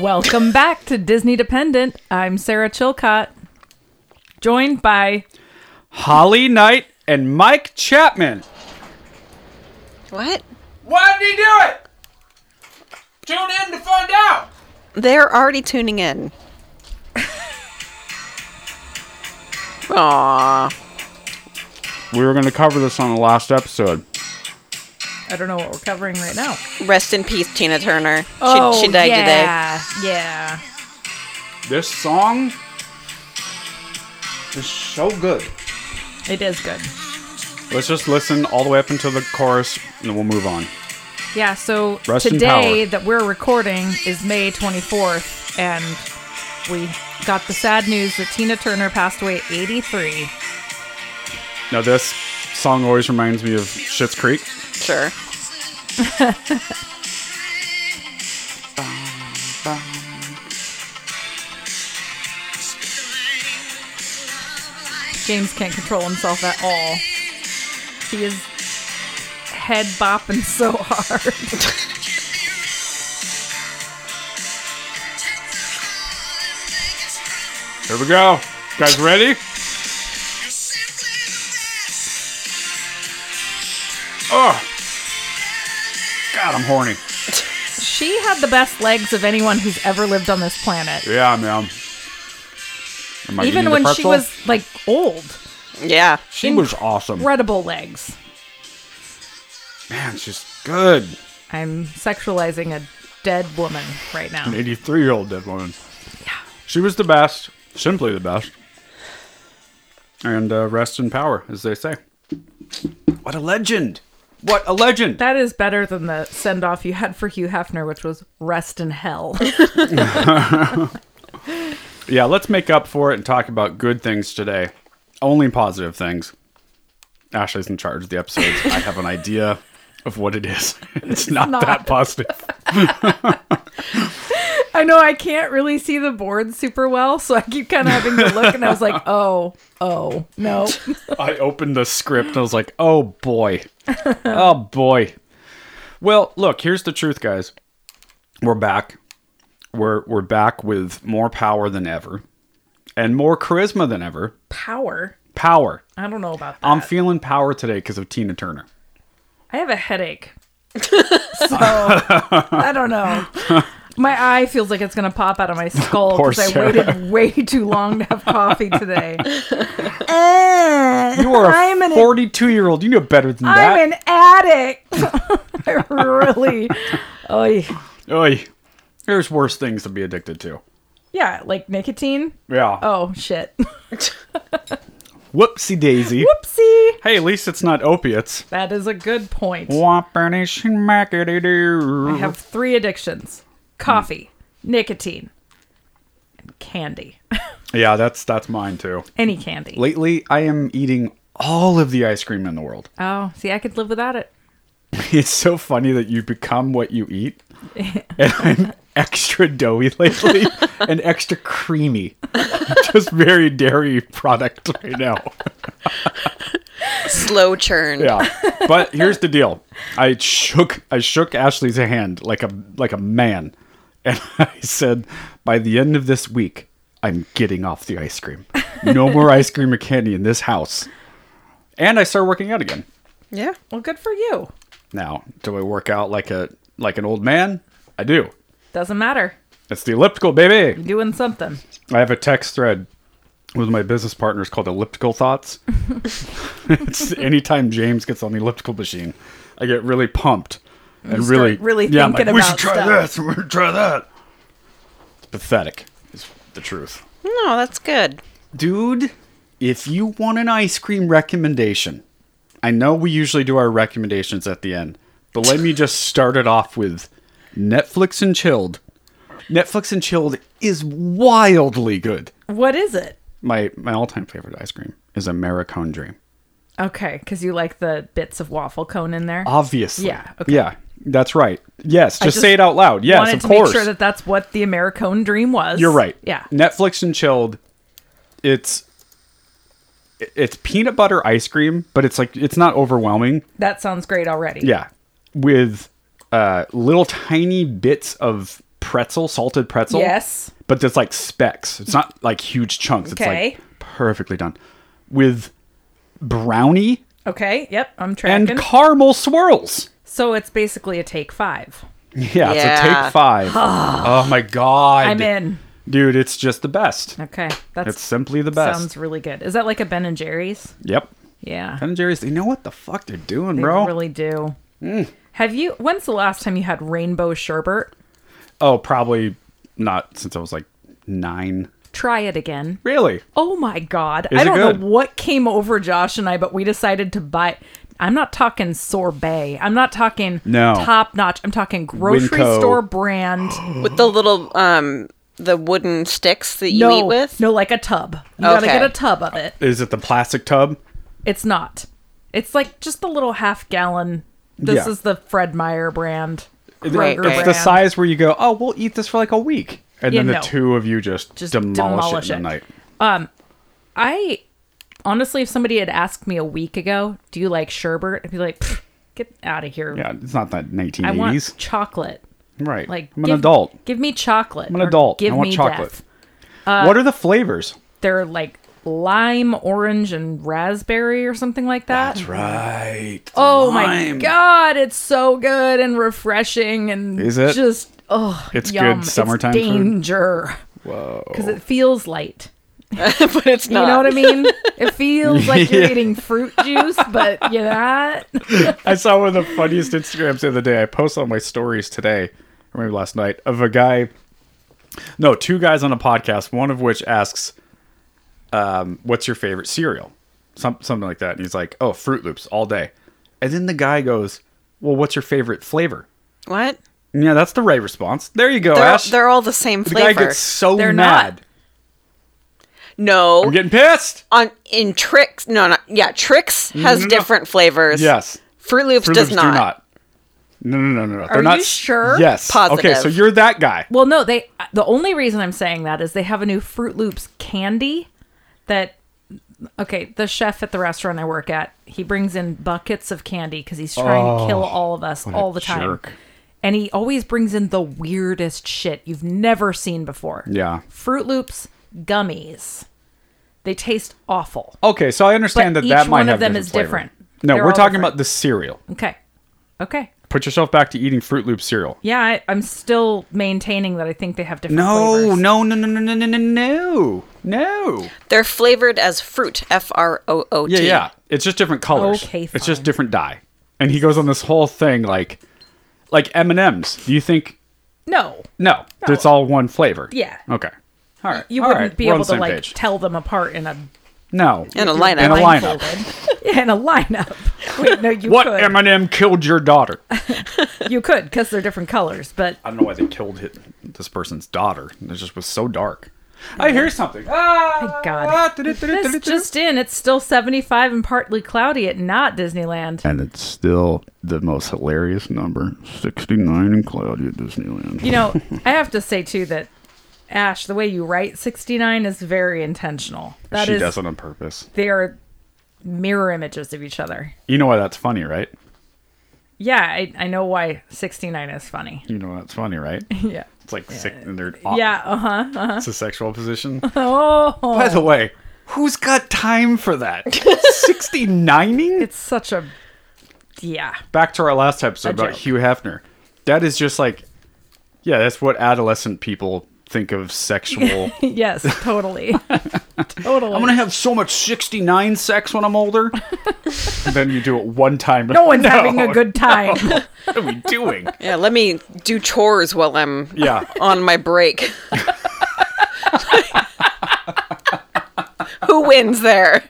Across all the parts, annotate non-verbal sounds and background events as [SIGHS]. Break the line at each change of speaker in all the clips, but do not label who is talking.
Welcome back to Disney Dependent. I'm Sarah Chilcott, joined by
Holly Knight and Mike Chapman.
What?
Why did he do it? Tune in to find out.
They're already tuning in. Aww.
We were going to cover this on the last episode.
I don't know what we're covering right now. Oh,
Rest in peace, Tina Turner. She, she died today.
yeah, yeah.
This song is so good.
It is good.
Let's just listen all the way up until the chorus and then we'll move on.
Yeah. So
Rest in
today
power.
that we're recording is May 24th, and we got the sad news that Tina Turner passed away at 83.
Now, this song always reminds me of Schitt's Creek.
Sure.
James can't control himself at all. He is head bopping so [LAUGHS] hard.
Here we go. Guys, ready? Oh, God, I'm horny.
She had the best legs of anyone who's ever lived on this planet.
Yeah, man. Am I eating
Even
the
when she
pretzel?
was like old,
Yeah.
she was awesome.
incredible legs.
Man, she's good.
I'm sexualizing a dead woman right now.
An 83 year old dead woman. She was the best, simply the best. And uh, rest in power, as they say. What a legend! What a legend!
That is better than the send off you had for Hugh Hefner, which was rest in hell. [LAUGHS]
Yeah, let's make up for it and talk about good things today. Only positive things. Ashley's in charge of the episodes. I have an idea of what it is. [LAUGHS] It's not,
not.
that positive.
I know I can't really see the board super well, so I keep kind of having to look, and I was
[LAUGHS]
like, oh, oh, no.
I opened the script and I was like, oh boy. [LAUGHS] Oh boy. Well, look, here's the truth, guys. We're back. We're we're back with more power than ever. And more charisma than ever.
Power.
Power.
I don't know about that.
I'm feeling power today because of Tina Turner.
I have a
[LAUGHS]
headache. so I don't know. My eye feels like it's gonna pop out of
[LAUGHS]
my skull
Poor
because I
Sarah.
waited way too long to have coffee
[LAUGHS]
today. Eh,
You are
[LAUGHS] I'm an-
a 42 year old. You know better than that.
I'm an addict. [LAUGHS] I really, Oy.
Oy. There's worse things to be addicted to.
yeah, like nicotine.
Yeah.
Oh shit! [LAUGHS]
Whoopsie daisy.
Whoopsie.
Hey, at least it's not opiates.
That is a good point.
Whoppity schmackity doo.
I have three addictions: coffee, nicotine, and candy. [LAUGHS]
Yeah, that's that's mine too.
Any candy.
Lately, I am eating all of the ice cream in the world. [LAUGHS]
Oh, see, I could live without it.
It's so funny that you become what you eat. and I'm extra doughy lately and extra creamy. [LAUGHS] Just very dairy product right now.
Slow churn.
Yeah. But here's the deal. I shook I shook Ashley's hand like a like a man. And [LAUGHS] I said, by the end of this week, I'm getting off the ice cream. No more ice cream or candy in this house. And I started working out again.
Yeah.
Well, good for you.
Now, do I work out like a like an old man? I do.
Doesn't matter.
It's the elliptical, baby.
Doing something.
I have a text thread with my business partners called Elliptical Thoughts. [LAUGHS] it's anytime James gets on the elliptical machine, I get really pumped and
start
really,
really
yeah, I'm
thinking
like, we should
about
try
stuff."
this. We should try that. It's pathetic. Is the truth,
No, that's good.
dude? If you want an ice cream recommendation, I know we usually do our recommendations at the end, but let me just start it off with Netflix and Chilled. Netflix and Chilled is wildly good
What is it?
my my all time favorite ice cream is a Americone Dream.
Okay, because you like the bits of waffle cone in
Uh,
there.
Obviously.
Yeah, okay.
Yeah. That's right. Yes. Just,
just
say it out loud. Yes.
Wanted
of
to
course.
make sure that that's what the Americone dream was.
You're right.
Yeah.
Netflix and chilled. It's it's peanut butter ice cream, but it's like it's not overwhelming.
That sounds great already.
Yeah. With uh, little tiny bits of pretzel, salted pretzel.
Yes.
But there's like specks. It's not like huge chunks.
Okay.
It's like perfectly done. With brownie
Okay. Yep. I'm tracking.
and caramel swirls.
so it's basically a take five.
Yeah, it's a
Yeah.
[SIGHS]
take five. oh my god.
I'm in.
Dude, it's just the best.
Okay. That's
It's simply the best.
sounds really good. Is that like a Ben and Jerry's?
Yep.
Yeah.
Ben and Jerry's, they know what the fuck they're doing,
They
bro. Mm.
really do. Have you? When's the last time you had rainbow sherbet?
oh, probably not since I was like nine.
Try it again.
Really?
Oh my god!
Is
I
it
don't
good?
know what came over Josh and I, but we decided to buy. I'm not talking sorbet. I'm not talking
No.
top notch. I'm talking grocery
Winco.
store
[GASPS]
brand.
Mm-hmm.
With the little um the wooden sticks that you
no,
eat with.
no, like a tub. You gotta
Okay.
get a tub of it.
Is it the plastic tub?
It's not. It's like just the little half gallon. This
Yeah.
is the Fred Meyer brand.
Right,
Kroger
right.
It's
brand.
the size where you go, oh, we'll eat this for like a week. And
Yeah,
then the
no.
two of you just,
Just
demolish,
demolish
it in
it.
the night.
I honestly, if somebody had asked me a week ago, "Do you like sherbet?" I'd be like, "Pfft, "Get out of here!
Yeah, it's not that
I
1980s.
want chocolate."
right.
Like
I'm an
give-
adult.
Give me chocolate. I'm
an adult.
Give
I want
me
chocolate.
death. uh,
what are the flavors?
They're like lime, orange, and raspberry, or something like that.
Right.
Oh my god, it's so good and refreshing, and
Is it?
just oh,
It's
yum.
good summertime
it's
food?
danger. Whoa, because it feels
[LAUGHS]
light.
but it's
You
not.
know what I
[LAUGHS]
mean? It feels like you're
Yeah.
eating fruit juice, but you're not.
I saw one of the funniest Instagrams the other day. I posted on my stories today, or maybe last night, of a guy. No, two guys on a podcast. One of which asks, um, "What's your favorite cereal?" Some something like that. And he's like, "Oh, Fruit Loops all day." And then the guy goes, "Well, what's your favorite flavor?"
What?
And yeah, that's the right response. There you go,
They're, all-
Oh, Ash.
they're all the same
the
flavor.
guy gets so
They're
mad.
not.
no.
I'm getting pissed.
on in tricks. No, not yeah, tricks has
no, no.
different flavors.
Yes.
Fruit Loops
Fruit
does
Loops
not.
do not. No, no, no, no, no. They're
Are
not
you sure?
Yes. Okay, so
Positive.
you're that guy.
Well, no, they. The only reason I'm saying that is they have a new Fruit Loops candy that. Okay, the chef at the restaurant I work at, he brings in buckets of candy because he's trying to kill all of us all the time.
Oh, jerk.
And he always brings in the weirdest shit you've never seen before.
Yeah.
Fruit Loops gummies. They taste awful.
Okay, so I understand
But
that that
each
might
one of
have
them
different
is
flavor.
different.
No,
They're
we're
all
talking
different.
about the cereal.
Okay. Okay.
Put yourself back to eating Fruit Loop cereal.
Yeah, I, I'm still maintaining that I think they have different
No,
flavors.
no, no, no, no, no, no, no, no, no.
They're flavored as fruit. F R O O T.
Yeah, yeah. It's just different colors.
Okay,
It's just
fine.
different dye. And he goes on this whole thing like, like M and M's. Do you think?
No.
No,
No.
it's all one flavor.
Yeah.
Okay. All right.
You
All
wouldn't
right.
be
We're on
able
the
to
same
like
page.
tell them apart in a
no.
And a lineup.
And a lineup.
blindfolded. [LAUGHS] yeah, in a lineup. [LAUGHS] Wait, no, you
What
could.
M and M killed your daughter? I
you could because they're different colors, but
don't know why they killed hit, this person's daughter. It just was so dark. I hear something. Ah!
my God, this just in, it's still seventy-five and partly cloudy at not Disneyland.
and it's still the most hilarious number 69 in cloudy at disneyland
You
[LAUGHS]
know, I have to say too that Ash, the way you write sixty-nine is very intentional. That
she
is,
does it on purpose
they are mirror images of each other.
you know why that's funny right
Yeah, I, I know why sixty-nine is
[LAUGHS]
funny.
you know why that's funny right
Yeah,
it's like sick and they're
yeah, uh huh.
it's a sexual position
[LAUGHS] Oh,
by the way who's got time for
[LAUGHS]
that 69ing
it's such a yeah. [LAUGHS]
back to our last episode
A
about
joke.
hugh hefner that is just like yeah that's what adolescent people think of
[LAUGHS]
sexual
Yes,
[LAUGHS]
totally. totally.
I'm gonna have so much 69 sex when I'm
[LAUGHS]
older. and then you do it one time.
no
[LAUGHS]
one's having a good [LAUGHS] time.
What are we doing?
[LAUGHS]
Yeah, let me do chores while I'm
Yeah.
on my break. Who wins there?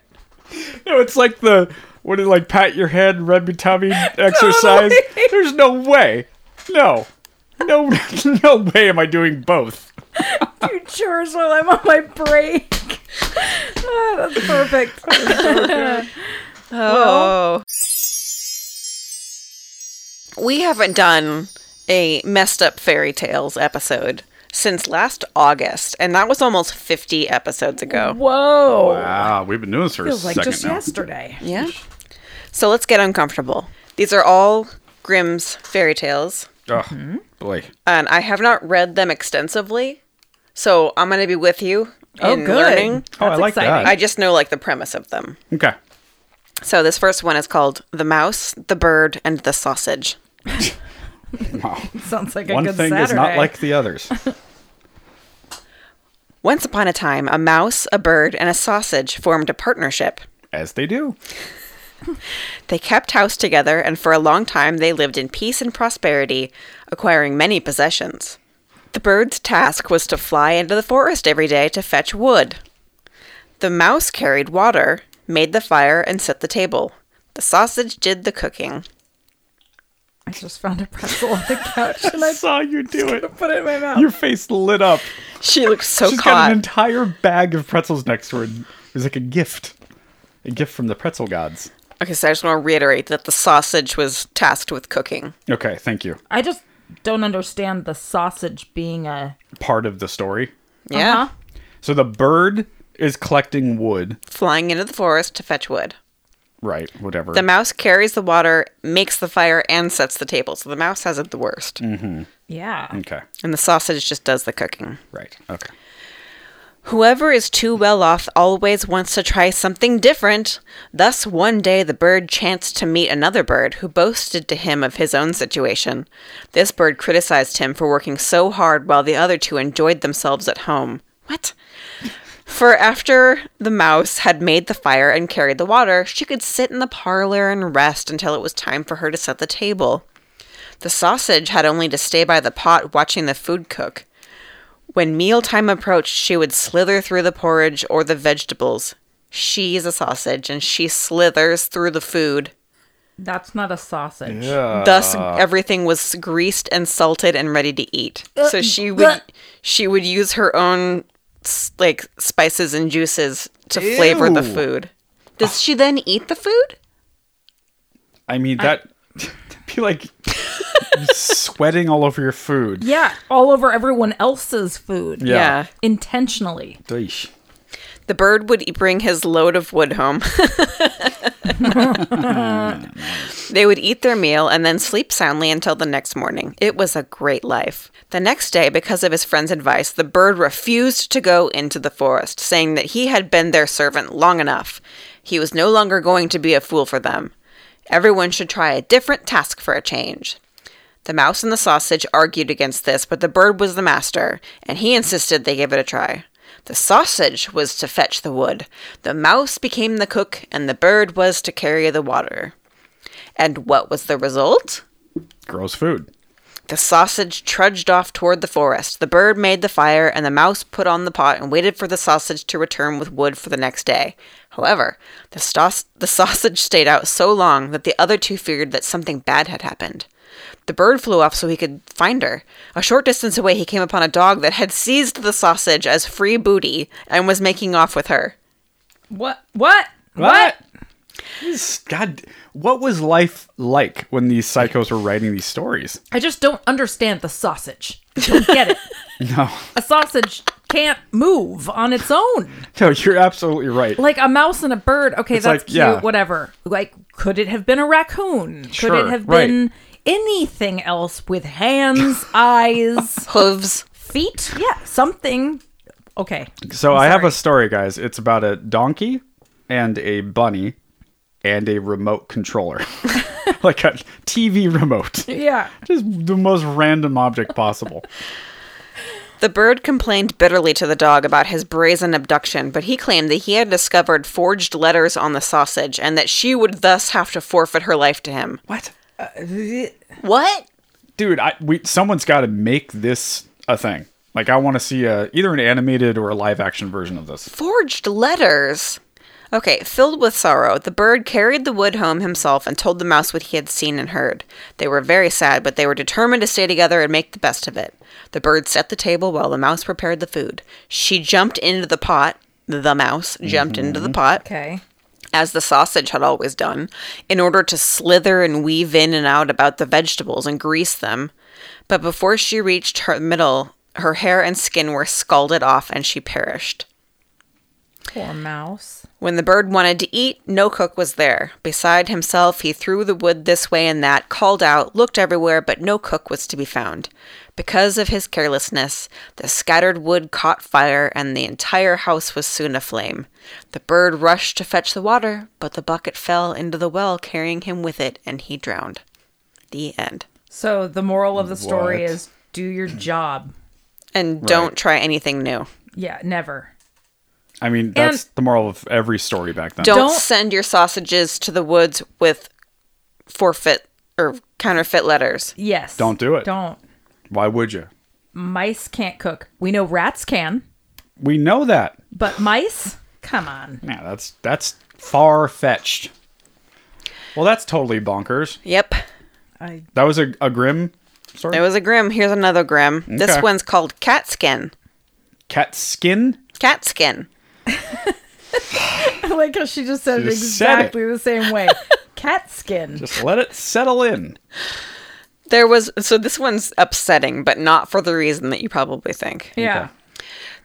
No, it's like the what it like pat your head, rub
[LAUGHS]
your tummy exercise.
Totally.
There's no way. No. No [LAUGHS] no way am I doing both.
Two chores while I'm on my break. [LAUGHS] Ah, that's perfect. [LAUGHS]
Oh. We haven't done a messed up fairy tales episode since last August, and that was almost 50 episodes ago.
Whoa.
Ah, we've been doing this for
Feels like just yesterday.
Yeah. So let's get uncomfortable. These are all Grimm's fairy tales.
Ugh,
Hmm?
boy.
and I have not read them extensively, so I'm going to be with you in
Oh, good.
learning.
Oh, I
That's
like
exciting.
that.
I just know like the premise of them.
Okay.
So this first one is called "The Mouse, the Bird, and the Sausage."
Wow.
Sounds like a
One
good
thing
Saturday.
is not like the
[LAUGHS]
others.
Once upon a time, a mouse, a bird, and a sausage formed a partnership.
As they do.
They kept house together, and for a long time they lived in peace and prosperity, acquiring many possessions. The bird's task was to fly into the forest every day to fetch wood. The mouse carried water, made the fire, and set the table. The sausage did the cooking.
I just found a pretzel on the couch and [LAUGHS]
I
I
saw you do it.
put it in my mouth.
Your face lit up.
She looks so
She's got
caught.
an entire bag of pretzels next to her. It was like a gift. A gift from the pretzel gods.
okay, so I just want to reiterate that the sausage was tasked with cooking.
Okay, thank you.
I just don't understand the sausage being a
Part of the story.
Yeah.
Uh-huh.
So the bird is collecting wood.
Flying into the forest to fetch wood.
Right, whatever.
The mouse carries the water, makes the fire, and sets the table. So the mouse has it the worst.
Yeah.
okay,
And the sausage just does the cooking.
right. Okay.
Whoever is too well off always wants to try something different. Thus, one day the bird chanced to meet another bird who boasted to him of his own situation. This bird criticized him for working so hard while the other two enjoyed themselves at home. What? For after the mouse had made the fire and carried the water, she could sit in the parlor and rest until it was time for her to set the table. The sausage had only to stay by the pot watching the food cook. When mealtime approached, she would slither through the porridge or the vegetables. She's a sausage and she slithers through the food.
That's not a sausage.
Thus,
Uh.
everything was greased and salted and ready to eat. So she would she would use her own s- like spices and juices to flavor the
Ew.
food. Does she then eat the food?
I mean that [LAUGHS] be like sweating all over your food.
Yeah, all over everyone else's food.
Yeah.
Intentionally.
Deesh.
The bird would bring his load of wood home. [LAUGHS] they would eat their meal and then sleep soundly until the next morning. It was a great life. The next day, because of his friend's advice, the bird refused to go into the forest, saying that he had been their servant long enough. He was no longer going to be a fool for them. Everyone should try a different task for a change. The mouse and the sausage argued against this, but the bird was the master, and he insisted they give it a try. The sausage was to fetch the wood, the mouse became the cook, and the bird was to carry the water. And what was the result?
Gross food.
The sausage trudged off toward the forest. The bird made the fire, and the mouse put on the pot and waited for the sausage to return with wood for the next day. However, the, stos- the sausage stayed out so long that the other two feared that something bad had happened. The bird flew off so he could find her. A short distance away, he came upon a dog that had seized the sausage as free booty and was making off with her.
What? What? What?
This- God, what was life like when these psychos were writing these stories? [LAUGHS]
I just don't understand the sausage. I Don't get it.
No,
A sausage can't move on its own.
no, you're absolutely right.
Like a mouse and a bird. Okay,
It's
that's
like,
cute.
yeah.
Whatever. Like, could it have been a raccoon?
Sure,
could it have
right.
been anything else with hands, [LAUGHS] eyes,
Hooves.
feet? Yeah, something. Okay.
So i have
sorry.
a story, guys. It's about a donkey and a bunny and a remote controller, [LAUGHS] like a TV
[LAUGHS]
remote.
Yeah.
Just the most random object possible.
The bird complained bitterly to the dog about his brazen abduction, but he claimed that he had discovered forged letters on the sausage and that she would thus have to forfeit her life to him.
What?
Uh,
What?
dude i we someone's got to make this a thing like i want to see a, either an animated or a live action version of this
Forged letters? Okay, filled with sorrow, the bird carried the wood home himself and told the mouse what he had seen and heard. They were very sad, but they were determined to stay together and make the best of it. The bird set the table while the mouse prepared the food. She jumped into the pot. The mouse jumped into the pot.
Okay.
as the sausage had always done, in order to slither and weave in and out about the vegetables and grease them. But before she reached her middle, her hair and skin were scalded off and she perished.
Poor mouse.
When the bird wanted to eat, no cook was there. Beside himself, he threw the wood this way and that, called out, looked everywhere, but no cook was to be found. Because of his carelessness, the scattered wood caught fire, and the entire house was soon aflame. The bird rushed to fetch the water, but the bucket fell into the well, carrying him with it, and he drowned. The end.
So the moral of the story
What?
is do your
[CLEARS THROAT]
job.
And don't try anything new.
Yeah, never.
I mean, that's the moral of every story back then.
Don't,
Don't-
send your sausages to the woods with forfeit or counterfeit letters.
Yes.
Don't do it.
Don't.
Why would you?
Mice can't cook. We know rats can,
We know that.
but mice? Come on.
Yeah, that's that's far fetched. Well, that's totally bonkers.
Yep.
I
That was a, a grim story.
It was a grim. Here's another grim. This
Okay.
one's called cat skin.
Cat skin.
Cat skin.
I [LAUGHS] like how she just said it
She just said it.
exactly the same [LAUGHS] way. Cat skin.
Just let it settle in.
There was so this one's upsetting, but not for the reason that you probably think.
yeah.
Okay.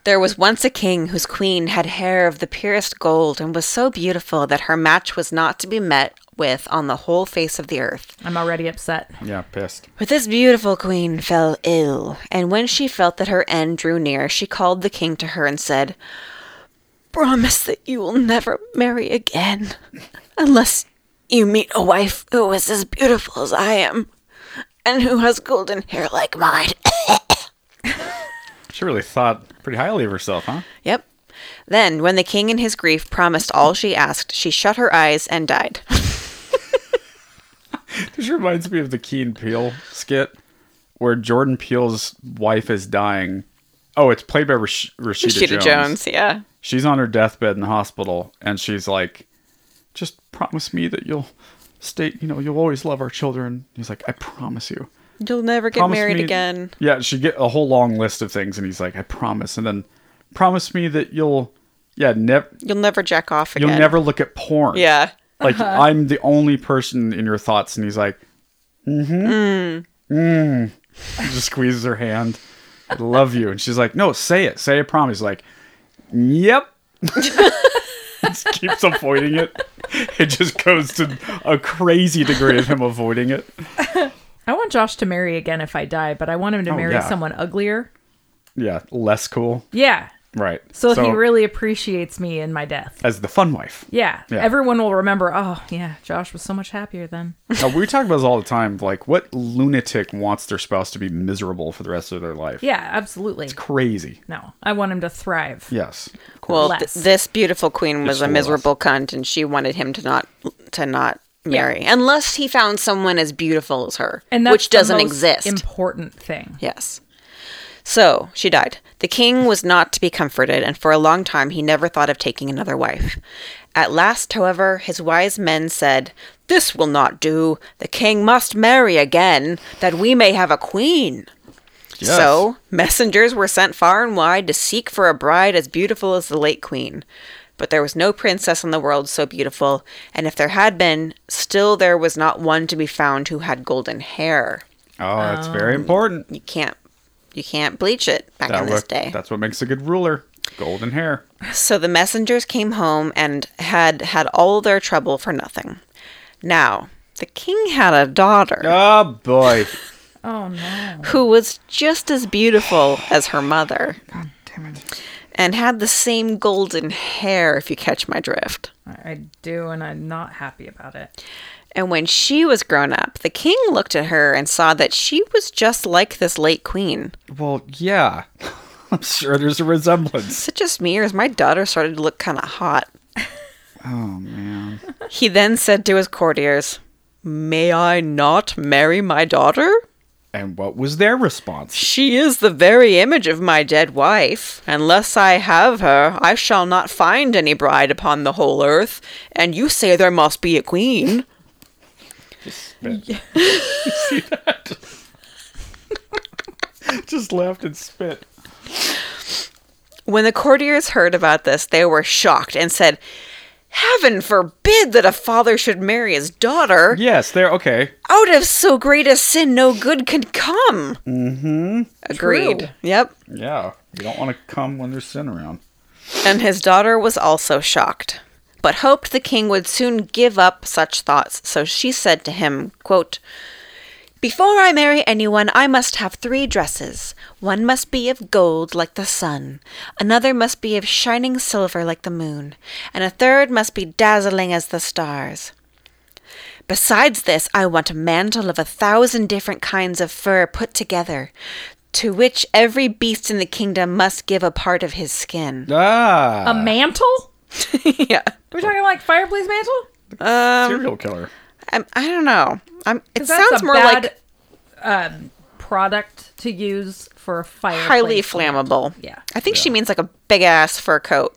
There was once a king whose queen had hair of the purest gold and was so beautiful that her match was not to be met with on the whole face of the earth.
I'm already upset.
Yeah, pissed.
But this beautiful queen fell ill, and when she felt that her end drew near, she called the king to her and said, Promise that you will never marry again unless you meet a wife who is as beautiful as I am and who has golden hair like mine.
She really thought pretty highly of herself, huh?
yep. Then, when the king in his grief promised all she asked, she shut her eyes and died.
This reminds me of the Key and Peele skit where Jordan Peele's wife is dying. Oh, it's played by Rash- Rashida,
[LAUGHS]
Jones.
yeah.
She's on her deathbed in the hospital, and she's like, "Just promise me that you'll stay. You know, you'll always love our children." He's like, "I promise you."
You'll never get
Promise
married
me-
again.
Yeah, she get a whole long list of things, and he's like, "I promise." And then, promise me that you'll, yeah, never,
You'll never jack off again.
you'll never look at porn.
Yeah.
like
Uh-huh.
I'm the only person in your thoughts, and he's like, mm-hmm, mm. just squeezes her hand. I love you, and she's like, no, say it, say a promise. He's like, yep. [LAUGHS] just keeps avoiding it. It just goes to a crazy degree of him avoiding it.
I want Josh to marry again if I die, but I want him to marry
Oh, yeah.
someone uglier.
Yeah, less cool.
Yeah.
Right.
So, he really appreciates me in my death.
as the fun wife.
Yeah.
Yeah.
Everyone will remember, oh, yeah, Josh was so much happier [LAUGHS] then.
Now, we talk about this all the time. Like, what lunatic wants their spouse to be miserable for the rest of their life?
yeah, absolutely.
Crazy.
No, I want him to thrive.
Yes.
Well, th-
Less.
this beautiful queen was
Just
a
less.
miserable cunt, and she wanted him to not to not marry, unless he found someone as beautiful as her,
And that's
which
the
doesn't
most
exist.
important thing.
yes. So she died. The king was not to be comforted, and for a long time he never thought of taking another wife. At last, however, his wise men said, "This will not do. The king must marry again, that we may have a queen."
Yes.
So, messengers were sent far and wide to seek for a bride as beautiful as the late queen. But there was no princess in the world so beautiful, and if there had been, still there was not one to be found who had golden hair.
Oh, that's very important.
Um, You can't you can't bleach it back in
wa-
this day.
That's what makes a good ruler. Golden
[LAUGHS]
hair.
So the messengers came home and had had all their trouble for nothing. Now, the king had a daughter
Oh boy.
Oh, no.
who was just as beautiful as her mother.
Damn it.
and had the same golden hair, if you catch my drift.
I I do, and I'm not happy about it.
And when she was grown up, the king looked at her and saw that she was just like this late queen.
Well, yeah. [LAUGHS] I'm sure there's a resemblance.
Such as me, or as my daughter started to look kind of hot. Oh, man. He then said to his courtiers, May I not marry my daughter?
And what was their
[LAUGHS]
response?
She is the very image of my dead wife. Unless I have her, I shall not find any bride upon the whole earth. And you say there must be a queen.
[LAUGHS] Just laughed and spit.
When the courtiers heard about this, they were shocked and said, Heaven forbid that a father should marry his daughter.
Yes, they're okay.
Out of so great a sin, no good could come. Mm hmm. Agreed.
True.
Yep.
Yeah. You don't want to come when there's sin around.
and his daughter was also shocked, but hoped the king would soon give up such thoughts. So she said to him, quote, before I marry anyone, I must have three dresses. One must be of gold like the sun, another must be of shining silver like the moon, and a third must be dazzling as the stars. Besides this, I want a mantle of a thousand different kinds of fur put together, to which every beast in the kingdom must give a part of his skin.
Ah,
Um,
A mantle?
[LAUGHS] yeah.
Are we talking like fireplace mantle?
um,
serial killer.
I'm, I don't know. I'm, it
'Cause that's
sounds
a
more
bad,
like
um, product to use for a fireplace.
highly flammable.
Yeah. Mm.
I think she means like a big ass fur coat.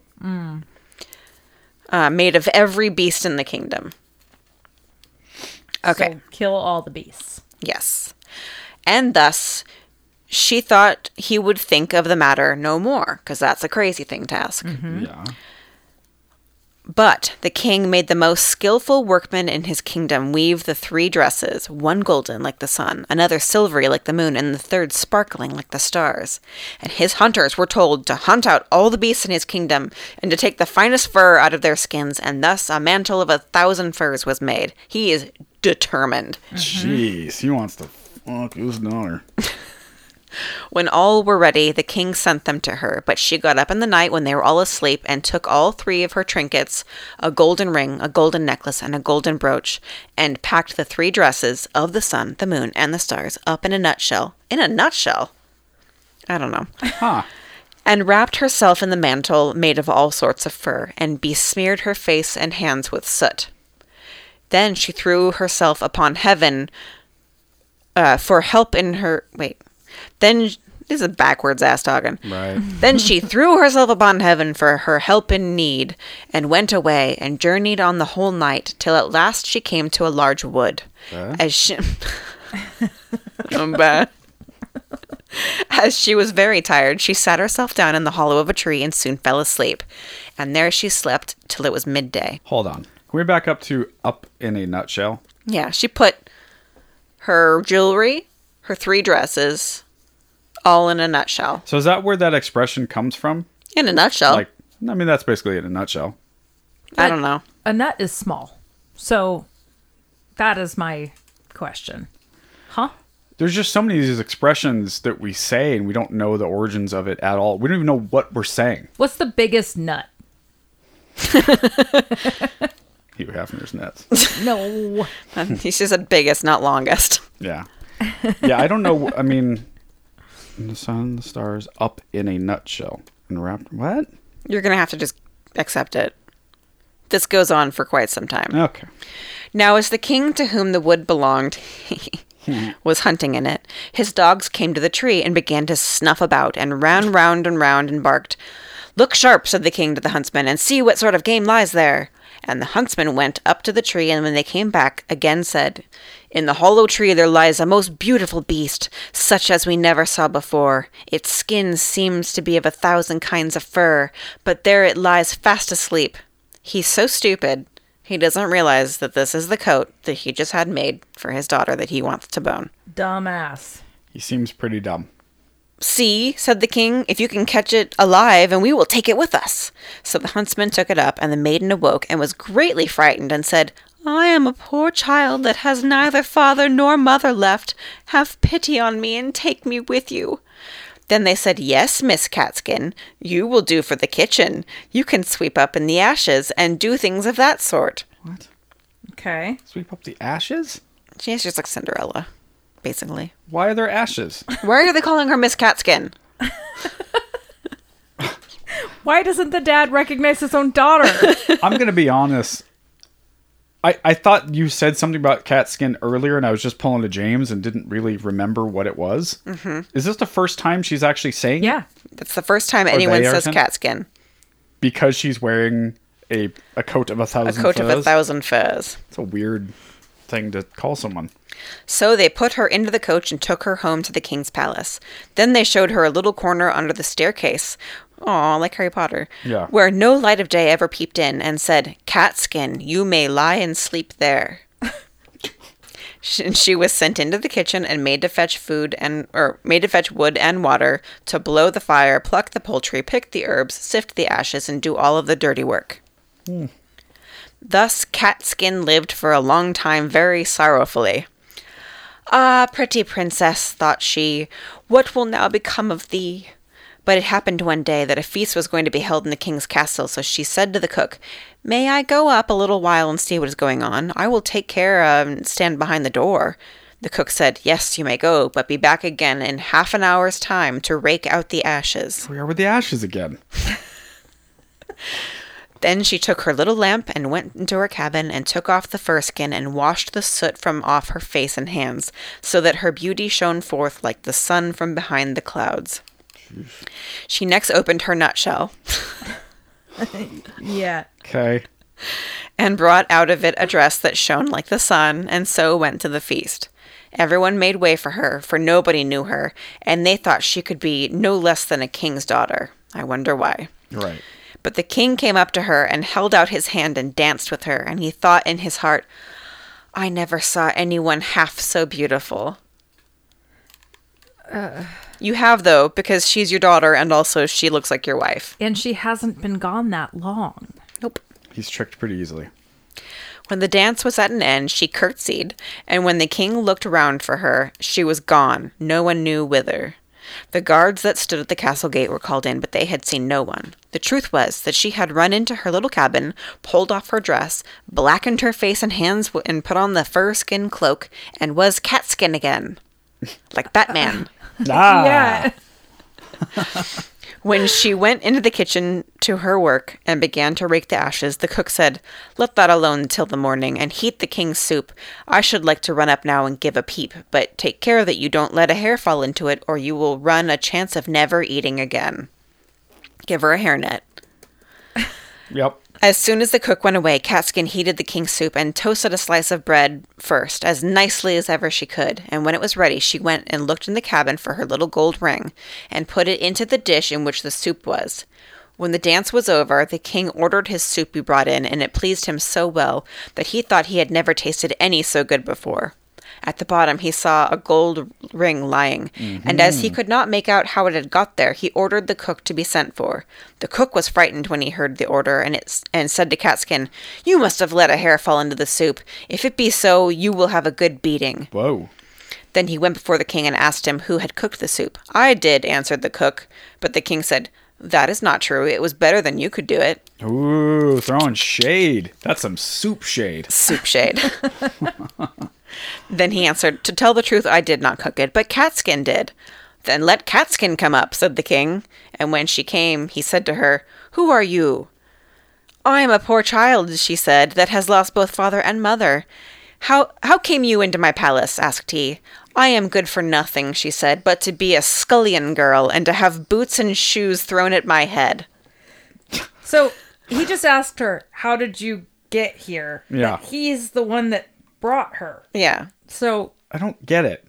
Uh, made of every beast in the kingdom. Okay.
So kill all the beasts.
Yes. And thus, she thought he would think of the matter no more, because that's a crazy thing to ask.
Mm-hmm.
Yeah.
But the king made the most skillful workmen in his kingdom weave the three dresses one golden like the sun, another silvery like the moon, and the third sparkling like the stars. And his hunters were told to hunt out all the beasts in his kingdom and to take the finest fur out of their skins, and thus a mantle of a thousand furs was made. He is determined.
Jeez, he wants to fuck his daughter.
When all were ready, the king sent them to her, but she got up in the night when they were all asleep and took all three of her trinkets a golden ring, a golden necklace, and a golden brooch and packed the three dresses of the sun, the moon, and the stars up in a nutshell. In a nutshell? I don't know. [LAUGHS]
Huh.
And wrapped herself in the mantle made of all sorts of fur, and besmeared her face and hands with soot. Then she threw herself upon heaven uh, for help in her. Wait. Then. This is a backwards ass talking.
Right.
Then she threw herself upon heaven for her help in need, and went away and journeyed on the whole night till at last she came to a large wood. As she. [LAUGHS] I'm bad. As she was very tired, she sat herself down in the hollow of a tree and soon fell asleep. And there she slept till it was midday.
Hold on. Can we back up to up in a nutshell?
Yeah, she put her jewelry, her three dresses, all in a nutshell.
So is that where that expression comes from?
In a nutshell.
Like, I mean, that's basically it in a nutshell.
I don't know. [LAUGHS]
A nut is small. So that is my question. Huh?
There's just so many of these expressions that we say and we don't know the origins of it at all. We don't even know what we're saying.
What's the biggest nut?
Hugh Hefner's nuts.
No.
He's just the biggest, not longest.
Yeah. Yeah, I don't know. I mean, the sun, the stars, up in a nutshell. And wrapped. What?
You're going to have to just accept it. This goes on for quite some time.
Okay.
Now, as the king to whom the wood belonged [LAUGHS] was hunting in it, his dogs came to the tree and began to snuff about and round, round, and round and barked. Look sharp, said the king to the huntsman, and see what sort of game lies there. And the huntsman went up to the tree, and when they came back, again said, In the hollow tree there lies a most beautiful beast, such as we never saw before. Its skin seems to be of a thousand kinds of fur, but there it lies fast asleep. He's so stupid, he doesn't realize that this is the coat that he just had made for his daughter that he wants to bone.
Dumbass.
He seems pretty dumb.
See, said the king, if you can catch it alive, and we will take it with us. So the huntsman took it up, and the maiden awoke and was greatly frightened and said, I am a poor child that has neither father nor mother left. Have pity on me and take me with you. Then they said, Yes, Miss Catskin, you will do for the kitchen. You can sweep up in the ashes and do things of that sort.
What?
Okay.
Sweep up the ashes?
She's just like Cinderella, basically.
Why are there ashes?
Why are they calling her Miss Catskin?
Why doesn't the dad recognize his own daughter?
[LAUGHS]
I'm going to be honest. I, I thought you said something about cat skin earlier, and I was just pulling to James and didn't really remember what it was. Mm-hmm. Is this the first time she's actually saying it?
yeah.
That's the first time anyone
they
says
Ayrton?
Catskin.
Because she's wearing a, a coat of a
A
thousand
coat of a
furs?
thousand furs.
It's a weird thing to call someone.
So they put her into the coach and took her home to the king's palace. Then they showed her a little corner under the staircase. Aw, like Harry Potter.
Yeah.
Where no light of day ever peeped in and said, Catskin, you may lie and sleep there. [LAUGHS] Sh- And she was sent into the kitchen and made to fetch food and or made to fetch wood and water to blow the fire, pluck the poultry, pick the herbs, sift the ashes, and do all of the dirty work. Thus, Catskin lived for a long time very sorrowfully. Ah, pretty princess, thought she, what will now become of thee? But it happened one day that a feast was going to be held in the king's castle, so she said to the cook, May I go up a little while and see what is going on? I will take care of and stand behind the door. The cook said, Yes, you may go, but be back again in half an hour's time to rake out the ashes.
We are with the ashes again.
Then she took her little lamp and went into her cabin and took off the fur skin and washed the soot from off her face and hands, so that her beauty shone forth like the sun from behind the clouds. She next opened her nutshell
Yeah.
Okay.
and brought out of it a dress that shone like the sun, and so went to the feast. Everyone made way for her, for nobody knew her, and they thought she could be no less than a king's daughter. I wonder why.
Right.
But the king came up to her and held out his hand and danced with her, and he thought in his heart, I never saw anyone half so beautiful. you have, though, because she's your daughter and also she looks like your wife.
And she hasn't been gone that long.
Nope.
He's tricked pretty
[LAUGHS]
easily.
When the dance was at an end, she curtsied, and when the king looked round for her, she was gone, no one knew whither. The guards that stood at the castle gate were called in, but they had seen no one. The truth was that she had run into her little cabin, pulled off her dress, blackened her face and hands, w- and put on the fur skin cloak, and was catskin again. [LAUGHS] Like Batman.
Ah.
Yeah.
When she went into the kitchen to her work and began to rake the ashes, the cook said, Let that alone till the morning and heat the king's soup. I should like to run up now and give a peep, but take care that you don't let a hair fall into it, or you will run a chance of never eating again. Give her a hairnet.
Yep.
As soon as the cook went away, Catskin heated the king's soup and toasted a slice of bread first, as nicely as ever she could. And when it was ready, she went and looked in the cabin for her little gold ring and put it into the dish in which the soup was. When the dance was over, the king ordered his soup be brought in, and it pleased him so well that he thought he had never tasted any so good before. At the bottom, he saw a gold ring lying, and as he could not make out how it had got there, he ordered the cook to be sent for. The cook was frightened when he heard the order, and it s- and said to Catskin, "You must have let a hair fall into the soup. If it be so, you will have a good beating."
Whoa.
Then he went before the king and asked him who had cooked the soup. "I did," answered the cook, but the king said, "That is not true. It was better than you could do it."
Ooh, throwing shade. That's some soup shade.
soup shade. then he answered, To tell the truth, I did not cook it, but Catskin did. Then let Catskin come up, said the king. And when she came, he said to her, Who are you? I am a poor child, she said, that has lost both father and mother. How how came you into my palace? asked he. I am good for nothing, she said, but to be a scullion girl and to have boots and shoes thrown at my head.
So he just asked her, How did you get here?
Yeah.
He's the one that brought her.
Yeah.
So,
I don't get it.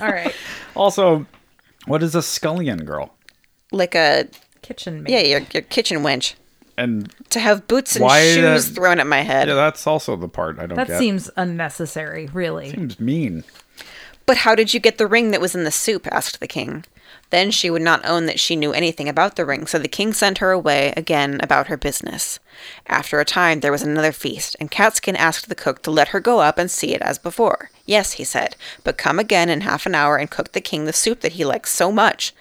all right.
[LAUGHS] Also, what is a scullion girl?
Like a
Kitchen maid.
yeah, your your kitchen wench.
And
to have boots and
Why
shoes
that-
thrown at my head.
yeah, that's also the part I don't
That
get.
seems unnecessary, really.
seems mean.
But how did you get the ring that was in the soup? asked the king. Then she would not own that she knew anything about the ring, so the king sent her away again about her business. After a time, there was another feast, and Catskin asked the cook to let her go up and see it as before. Yes, he said, but come again in half an hour and cook the king the soup that he likes so much.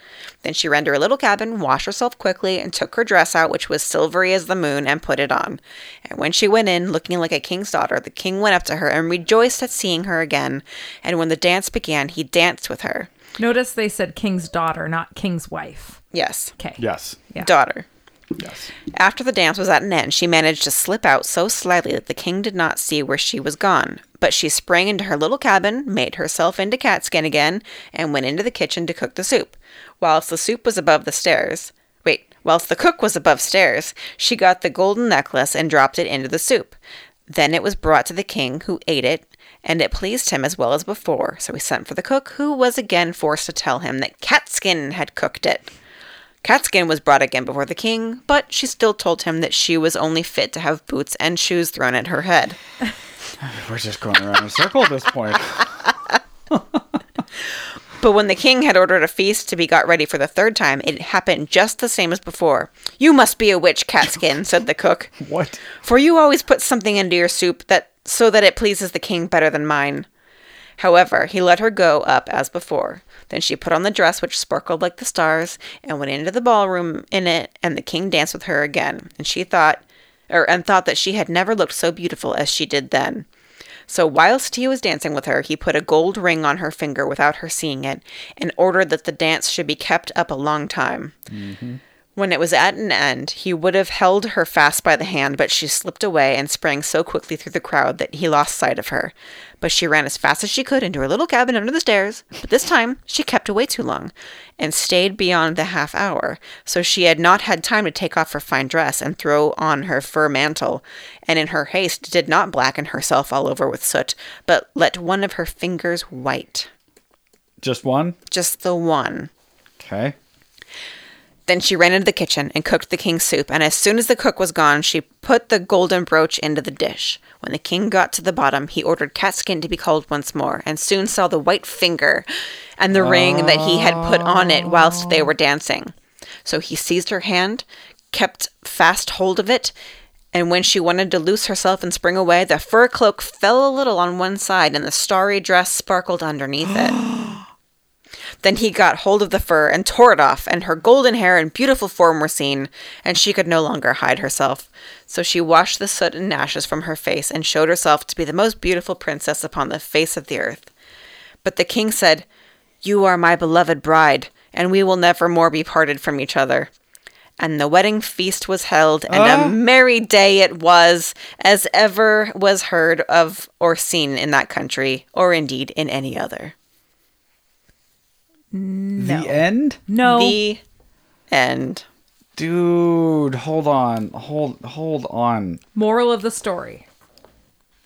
Then she ran to her little cabin, washed herself quickly, and took her dress out, which was silvery as the moon, and put it on. And when she went in, looking like a king's daughter, the king went up to her and rejoiced at seeing her again. And when the dance began, he danced with her.
Notice they said king's daughter, not king's wife.
Yes,
Okay.
Yes.
Yeah.
daughter.
Yes.
After the dance was at an end, she managed to slip out so slyly that the king did not see where she was gone. But she sprang into her little cabin, made herself into catskin again, and went into the kitchen to cook the soup. Whilst the soup was above the stairs, wait, whilst the cook was above stairs, she got the golden necklace and dropped it into the soup. Then it was brought to the king, who ate it, and it pleased him as well as before. So he sent for the cook, who was again forced to tell him that catskin had cooked it. Catskin was brought again before the king, but she still told him that she was only fit to have boots and shoes thrown at her head.
We're just going around in a circle at this [LAUGHS] point.
But when the king had ordered a feast to be got ready for the third time, it happened just the same as before. You must be a witch, Catskin, said the cook,
What?
for you always put something into your soup that so that it pleases the king better than mine. However, he let her go up as before. Then she put on the dress which sparkled like the stars and went into the ballroom in it, and the king danced with her again. And she thought, or and thought that she had never looked so beautiful as she did then. So whilst he was dancing with her, he put a gold ring on her finger without her seeing it, and ordered that the dance should be kept up a long time. When it was at an end, he would have held her fast by the hand, but she slipped away and sprang so quickly through the crowd that he lost sight of her. But she ran as fast as she could into her little cabin under the stairs. But this time, she kept away too long and stayed beyond the half hour. So she had not had time to take off her fine dress and throw on her fur mantle, and in her haste did not blacken herself all over with soot, but let one of her fingers white.
Just one?
Just the one.
Okay.
Then she ran into the kitchen and cooked the king's soup, and as soon as the cook was gone, she put the golden brooch into the dish. When the king got to the bottom, he ordered Catskin to be called once more, and soon saw the white finger and the ring that he had put on it whilst they were dancing. So he seized her hand, kept fast hold of it, and when she wanted to loose herself and spring away, the fur cloak fell a little on one side, and the starry dress sparkled underneath it. [GASPS] Then he got hold of the fur and tore it off, and her golden hair and beautiful form were seen, and she could no longer hide herself. So she washed the soot and ashes from her face, and showed herself to be the most beautiful princess upon the face of the earth. But the king said, You are my beloved bride, and we will never more be parted from each other. And the wedding feast was held, and a merry day it was, as ever was heard of or seen in that country, or indeed in any other.
The end?
No.
The end.
Dude, hold on. Hold hold on.
Moral of the story.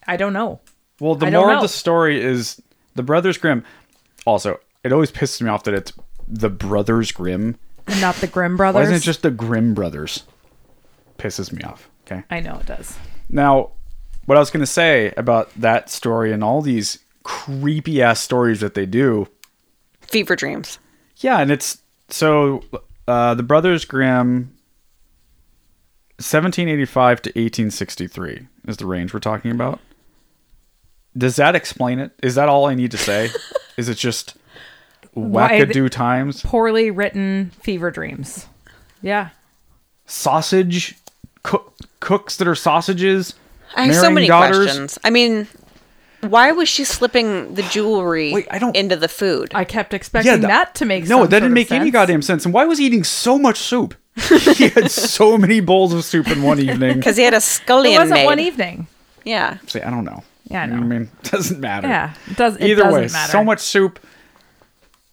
I don't know.
Well, the
I don't
moral of
know.
the story is the Brothers Grimm. Also, it always pisses me off that it's the Brothers Grimm.
And not the Grimm
Why
brothers.
isn't it just the Grimm Brothers? Pisses me off. Okay.
I know it does.
Now, what I was going to say about that story and all these creepy ass stories that they do
Fever dreams.
Yeah, and it's so uh, the Brothers Grimm, 1785 to 1863 is the range we're talking about. Does that explain it? Is that all I need to
[LAUGHS]
say? is it just
th-
wackadoo times?
Poorly written fever dreams. Yeah.
Sausage cook, cooks that are sausages.
I have so
marrying
many
daughters?
questions. I mean, why was she slipping the jewelry
Wait, I don't-
into the food?
I kept expecting
th-
that to make
no,
some
that
sort of
didn't make any
sense.
goddamn sense. And why was he eating so much soup? [LAUGHS] he had so many bowls of soup
[LAUGHS]
in one evening.
Because he had a
It
scullion
wasn't
maid.
one evening.
yeah.
See, I don't know.
Yeah, I
You what I mean, [LAUGHS] it doesn't matter.
Yeah, it does- it
Either
doesn't
way,
matter.
so much soup.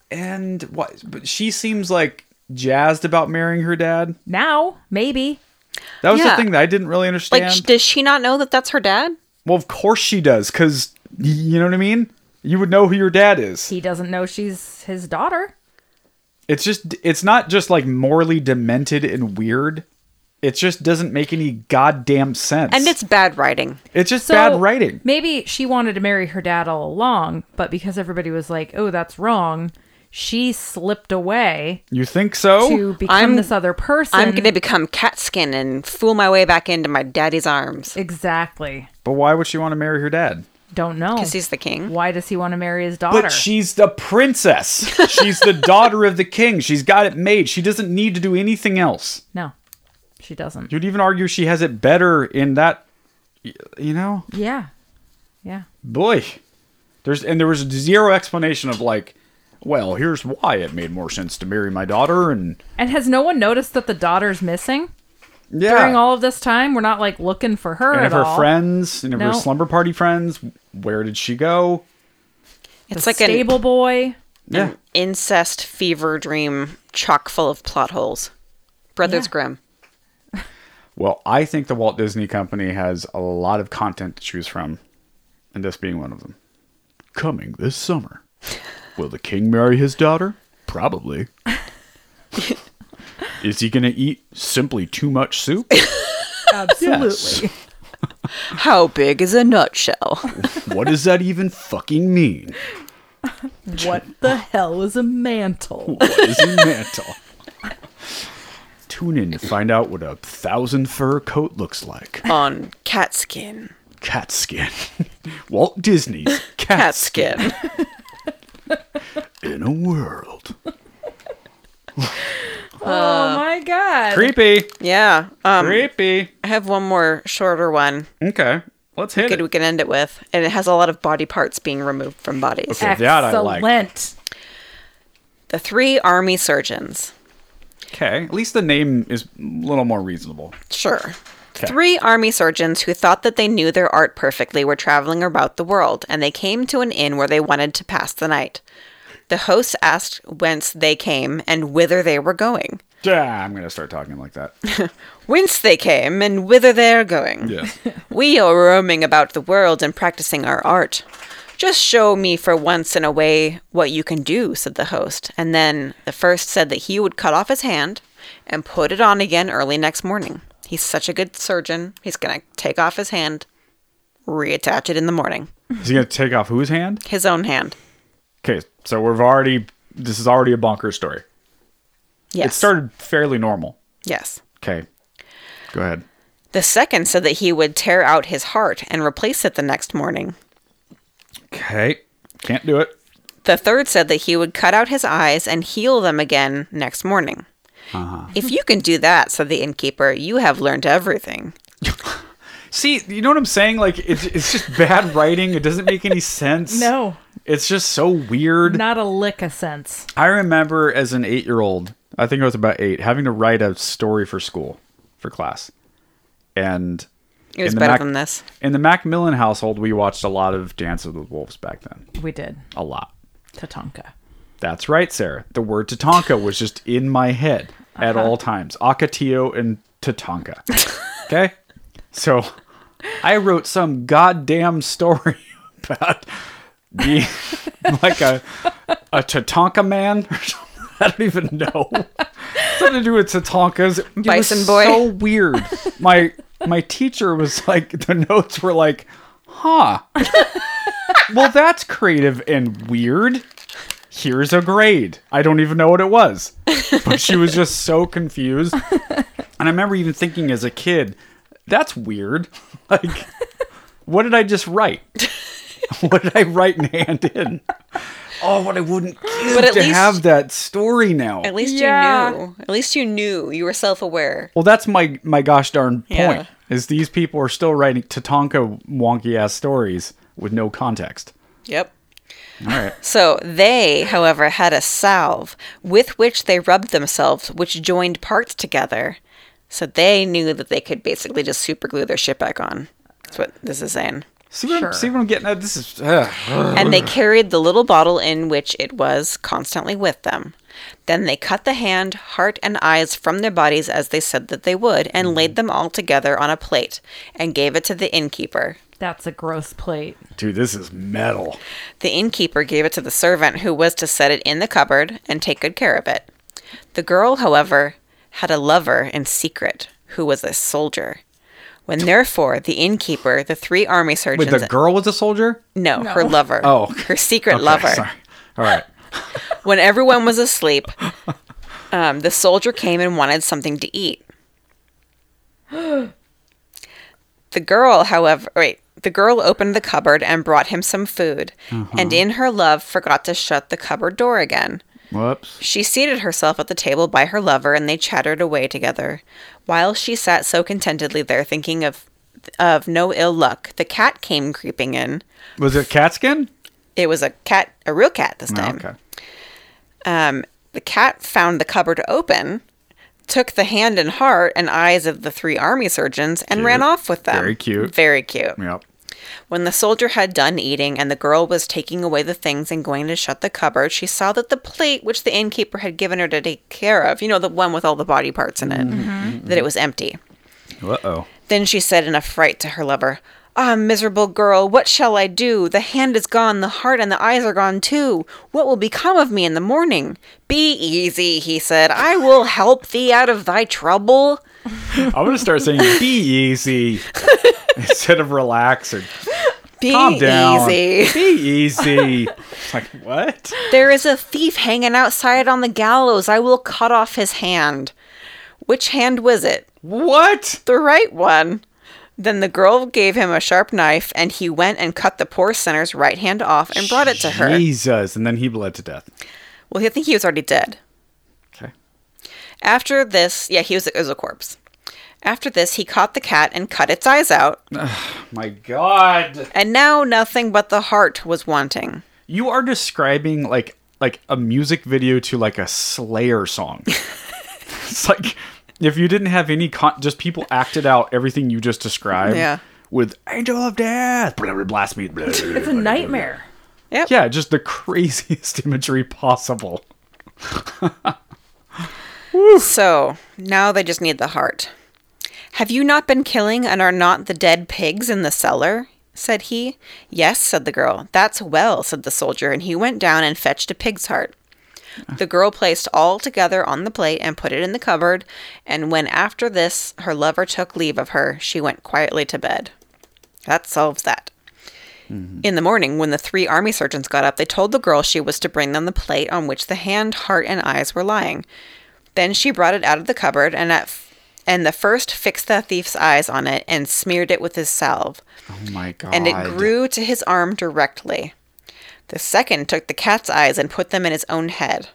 And what? But she seems like jazzed about marrying her dad.
Now, maybe.
That was
Yeah.
the thing that I didn't really
Like,
understand.
sh- does she not know that that's her dad?
well, of course she does, because you know what I mean. You would know who your dad is.
He doesn't know she's his daughter.
It's just, it's not just like morally demented and weird. It just doesn't make any goddamn sense.
And it's bad writing.
it's just
So
bad writing.
Maybe she wanted to marry her dad all along, but because everybody was like, "Oh, that's wrong," she slipped away
You think so?
to become
I'm-
this other person.
I'm going to become Catskin and fool my way back into my daddy's arms.
exactly.
But why would she want to marry her dad?
Don't know.
Because he's the king.
Why does he want to marry his daughter?
But she's the princess.
[LAUGHS]
She's the daughter of the king. She's got it made. She doesn't need to do anything else.
no, she doesn't.
You'd even argue she has it better in that, y- you know,
Yeah, yeah.
boy. There's and there was zero explanation of like, well, here's why it made more sense to marry my daughter and
And has no one noticed that the daughter's missing
yeah.
during all of this time? We're not like looking for her
and
at
of her
all.
friends and of her
No.
slumber party friends, where did she go?
The
It's like an,
stable boy.
Yeah,
an incest fever dream chock full of plot holes. Brothers
Yeah.
Grimm.
Well, I think the Walt Disney Company has a lot of content to choose from, and this being one of them. Coming this summer. Will the king marry his daughter? [LAUGHS] Probably. Is he going to eat simply too much soup?
Absolutely.
How big is a nutshell?
What does that even fucking mean?
What the hell is a mantle?
What is a mantle? Tune in to find out what a thousand fur coat looks like.
[LAUGHS] On cat skin.
Cat skin. [LAUGHS] Walt Disney's cat,
Cat
skin.
skin.
in a world.
oh
Uh,
my god.
Creepy.
yeah. Um,
Creepy.
I have one more shorter one
Okay. Let's hit
that
it.
we can end it with, and it has a lot of body parts being removed from bodies.
Okay. That I like.
Excellent.
The three army surgeons.
Okay. At least the name is a little more reasonable.
Sure.
Okay.
Three army surgeons who thought that they knew their art perfectly were traveling about the world, and they came to an inn where they wanted to pass the night. The host asked whence they came and whither they were going.
Yeah, I'm gonna start talking like that.
Whence they came and whither they are going.
Yes.
We are roaming about the world and practicing our art. Just show me for once in a way what you can do, said the host. And then the first said that he would cut off his hand and put it on again early next morning. He's such a good surgeon. He's going to take off his hand, reattach it in the morning.
Is he gonna take off whose hand?
His own hand.
Okay, so we've already this is already a bonker story.
Yes.
It started fairly normal.
Yes.
Okay. Go ahead.
The second said that he would tear out his heart and replace it the next morning.
Okay. Can't do it.
The third said that he would cut out his eyes and heal them again next morning.
Uh-huh.
If you can do that, said the innkeeper, you have learned everything.
See, you know what I'm saying? Like it's it's just bad writing. It doesn't make any [LAUGHS] sense.
No.
It's just so weird.
Not a lick of sense.
I remember as an eight year old, I think I was about eight, having to write a story for school, for class. And
It was
in the
better
Mac-
than this.
In the Macmillan household, we watched a lot of Dance of the Wolves back then.
We did.
A lot.
Tatanka.
That's right, Sarah. The word Tatanka was just in my head at all times. Akatio and Tatanka. okay? So I wrote some goddamn story [LAUGHS] about being [LAUGHS] like a a Tatanka man. I don't even know. Something to do with Tatankas. It was
Bison boy.
So weird. My my teacher was like the notes were like, huh. well, that's creative and weird here's a grade. I don't even know what it was. But she was just so confused. And I remember even thinking as a kid, that's weird. [LAUGHS] Like, what did I just
[LAUGHS]
write? What did I write and hand in? Oh, what I wouldn't give
But at
to
least-
have that story now.
At least
Yeah.
you knew. At least you knew. You were self aware.
Well, that's my my gosh darn point.
Yeah.
Is these people are still writing Tatanka wonky ass stories with no context.
Yep.
All
[LAUGHS]
right.
So they, however, had a salve with which they rubbed themselves, which joined parts together. So they knew that they could basically just super glue their shit back on. That's what this is saying.
See what,
Sure.
I'm, see what I'm getting at? This is. ugh.
and
Oh.
they carried the little bottle in which it was constantly with them. Then they cut the hand, heart, and eyes from their bodies as they said that they would, and laid
Mm-hmm.
them all together on a plate and gave it to the innkeeper.
That's a gross plate.
Dude, this is metal.
The innkeeper gave it to the servant who was to set it in the cupboard and take good care of it. The girl, however, had a lover in secret who was a soldier. When therefore the innkeeper, the three army
Wait,
surgeons,
the girl was a soldier?
no, her lover,
Oh.
her secret
Okay,
lover,
Sorry. All right.
When everyone was asleep, um, the soldier came and wanted something to eat. [GASPS] The girl, however, wait, the girl opened the cupboard and brought him some food,
Mm-hmm.
and in her love forgot to shut the cupboard door again.
Whoops.
She seated herself at the table by her lover, and they chattered away together. While she sat so contentedly there, thinking of of no ill luck, the cat came creeping in.
Was it cat skin?
It was a cat, a real cat this
Oh,
time.
okay.
Um, the cat found the cupboard open, took the hand and heart and eyes of the three army surgeons, and ran off with them.
Very cute.
Very cute.
Yep.
When the soldier had done eating and the girl was taking away the things and going to shut the cupboard, she saw that the plate which the innkeeper had given her to take care of, you know, the one with all the body parts in it,
Mm-hmm.
that it was empty.
Uh oh.
Then she said in a fright to her lover, Ah, miserable girl, what shall I do? The hand is gone, the heart and the eyes are gone too. What will become of me in the morning? Be easy, he said. I will help thee out of thy trouble.
I'm gonna start saying "be
[LAUGHS]
easy" instead of "relax" or
Be
"calm down."
easy.
Be easy. It's like what?
There is a thief hanging outside on the gallows. I will cut off his hand. Which hand was it?
What?
The right one. Then the girl gave him a sharp knife, and he went and cut the poor sinner's right hand off and brought it to her.
Jesus, and then he bled to death.
Well, I think he was already dead.
Okay.
After this, yeah, he was, it was a corpse. After this, he caught the cat and cut its eyes out,
My God.
and now nothing but the heart was wanting.
You are describing like like a music video to like a Slayer
[LAUGHS]
song. it's like if you didn't have any con- just people acted out everything you just described.
Yeah.
With Angel of Death, blah, blah, blast me. Blah, blah,
It's a nightmare.
Yep.
yeah, just the [LAUGHS] craziest imagery possible.
So now they just need the heart. Have you not been killing and are not the dead pigs in the cellar? said he. Yes, said the girl. That's well, said the soldier, and he went down and fetched a pig's heart. The girl placed all together on the plate and put it in the cupboard, and when after this her lover took leave of her, she went quietly to bed. That solves that. In the morning, when the three army surgeons got up, they told the girl she was to bring them the plate on which the hand, heart, and eyes were lying. Then she brought it out of the cupboard and at f- and the first fixed the thief's eyes on it and smeared it with his salve,
Oh my God.
and it grew to his arm directly. The second took the cat's eyes and put them in his own head.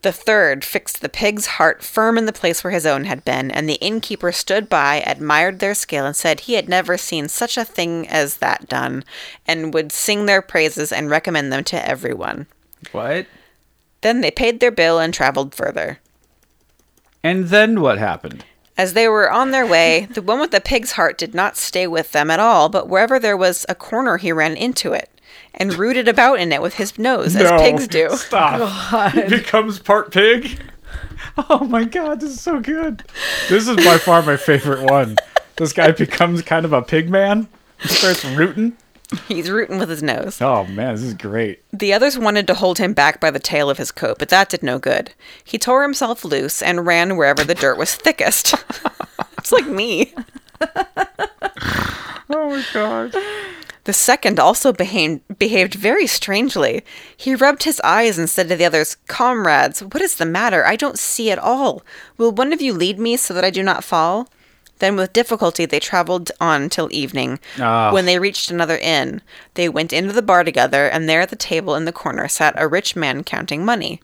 The third fixed the pig's heart firm in the place where his own had been, and the innkeeper stood by, admired their skill, and said he had never seen such a thing as that done, and would sing their praises and recommend them to everyone.
What?
Then they paid their bill and traveled further.
And then what happened?
As they were on their way, the one with the pig's heart did not stay with them at all, but wherever there was a corner, he ran into it and rooted about in it with his nose, as pigs do. [LAUGHS]
Stop. He becomes part pig. Oh my god, this is so good. This is by far my favorite one. This guy becomes kind of a pig man. He starts rooting.
He's rooting with his nose.
Oh man, this is great.
The others wanted to hold him back by the tail of his coat, but that did no good. He tore himself loose and ran wherever the dirt was thickest. [LAUGHS] it's like me.
Oh my god.
The second also behaved, behaved very strangely. He rubbed his eyes and said to the others, Comrades, what is the matter? I don't see at all. Will one of you lead me so that I do not fall? Then, with difficulty, they traveled on till evening.
Ah.
When they reached another inn, they went into the bar together, and there at the table in the corner sat a rich man counting money.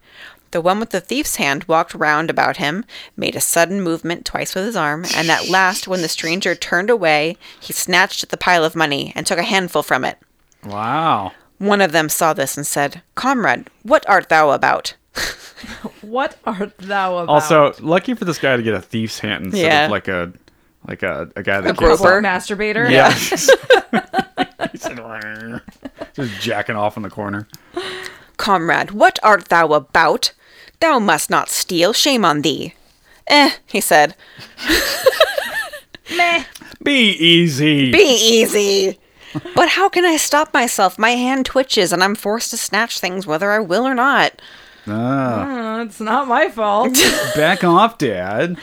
The one with the thief's hand walked round about him, made a sudden movement twice with his arm, and at last, when the stranger turned away, he snatched at the pile of money and took a handful from it.
Wow.
One of them saw this and said, Comrade, what art thou about? [LAUGHS]
What art thou about?
Also, lucky for this guy to get a thief's hand instead
Yeah.
of like a like a, a guy that
A
can't
groper.
stop.
masturbator.
Yeah. He said, "Rrr." just jacking off in the corner.
Comrade, what art thou about? Thou must not steal, shame on thee. Eh, he said,
Meh.
Be easy.
be easy. But how can I stop myself? My hand twitches and I'm forced to snatch things whether I will or not.
Ah,
Uh, it's not my
[LAUGHS]
fault.
back off, Dad.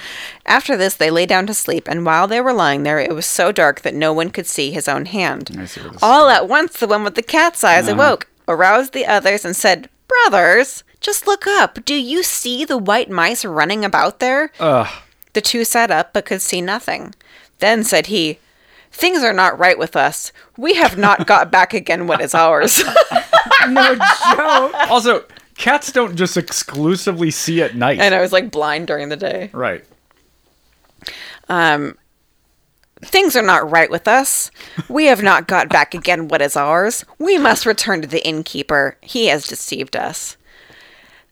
After this, they lay down to sleep, and while they were lying there, it was so dark that no one could see his own hand.
I see where this- Uh-huh.
All at once, the one with the cat's eyes awoke, aroused the others, and said, Brothers, just look up. Do you see the white mice running about there?
Ugh.
The two sat up, but could see nothing. Then said he, Things are not right with us. We have not got back again what is ours.
no joke.
Also, cats don't just exclusively see at night.
[LAUGHS] and I was like blind during the day.
right.
Um, Things are not right with us. We have not got back again what is ours. We must return to the innkeeper. He has deceived us.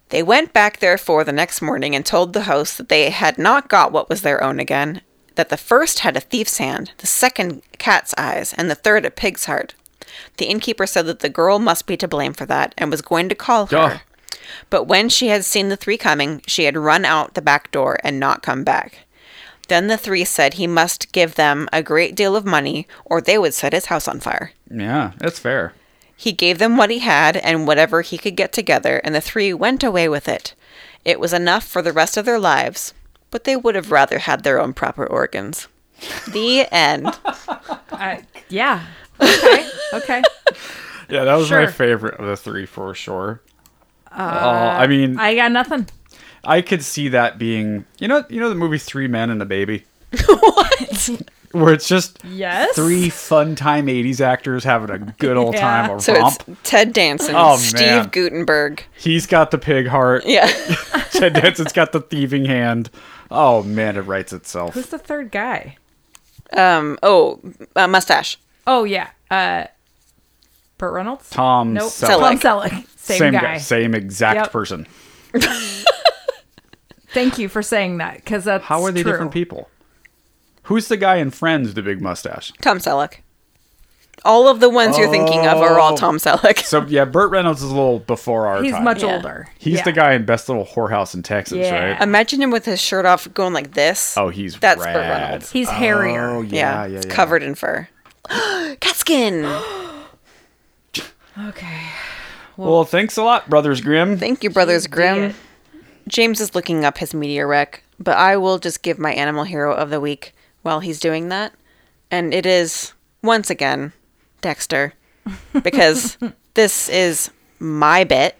They went back, therefore, the next morning and told the host that they had not got what was their own again, that the first had a thief's hand, the second cat's eyes, and the third a pig's heart. The innkeeper said that the girl must be to blame for that and was going to call her.
Ugh.
But when she had seen the three coming, she had run out the back door and not come back. Then the three said he must give them a great deal of money or they would set his house on fire.
Yeah, that's fair.
He gave them what he had and whatever he could get together, and the three went away with it. It was enough for the rest of their lives. but they would have rather had their own proper organs.
[LAUGHS]
The end.
I, yeah. Okay. Okay.
Yeah, that was my
Sure.
favorite of the three for sure. Uh, I mean, I,
I got nothing.
could see that being you know you know the movie Three Men and a Baby. what? Where it's just
Yes.
three fun time '80s actors having a good old time, a
So
romp.
it's Ted Danson,
Oh,
Steve
man. [LAUGHS]
Gutenberg.
He's got the pig heart.
Yeah.
[LAUGHS] Ted Danson's got the thieving hand. Oh man, it writes itself.
Who's the third guy?
Um. Oh, uh, mustache.
Oh yeah. Uh Burt Reynolds?
Tom
Nope. Tom
Selleck.
Selleck. Same,
Same
guy.
same exact
Yep.
person.
Thank you for saying that cuz that's
How are they
true.
different people? Who's the guy in Friends, the big mustache?
Tom Selleck. All of the ones you're thinking of are all
Oh.
Tom Selleck.
So yeah, Burt Reynolds is a little before our
He's
time.
much
Yeah.
older.
He's
Yeah.
the guy in Best Little Whorehouse in Texas,
Yeah.
right?
Imagine him with his shirt off, going like this.
Oh, he's
that's
rad.
Burt Reynolds.
He's hairier.
Oh
Yeah,
yeah, yeah, yeah.
it's covered in fur. [GASPS] Cat skin.
Okay.
Well, thanks a lot, Brothers Grimm.
[GASPS]
Thank you, Brothers Grimm.
it.
James is looking up his meteor wreck, but I will just give my animal hero of the week while he's doing that. And it is, once again,
[LAUGHS]
Dexter. Because this is my bit,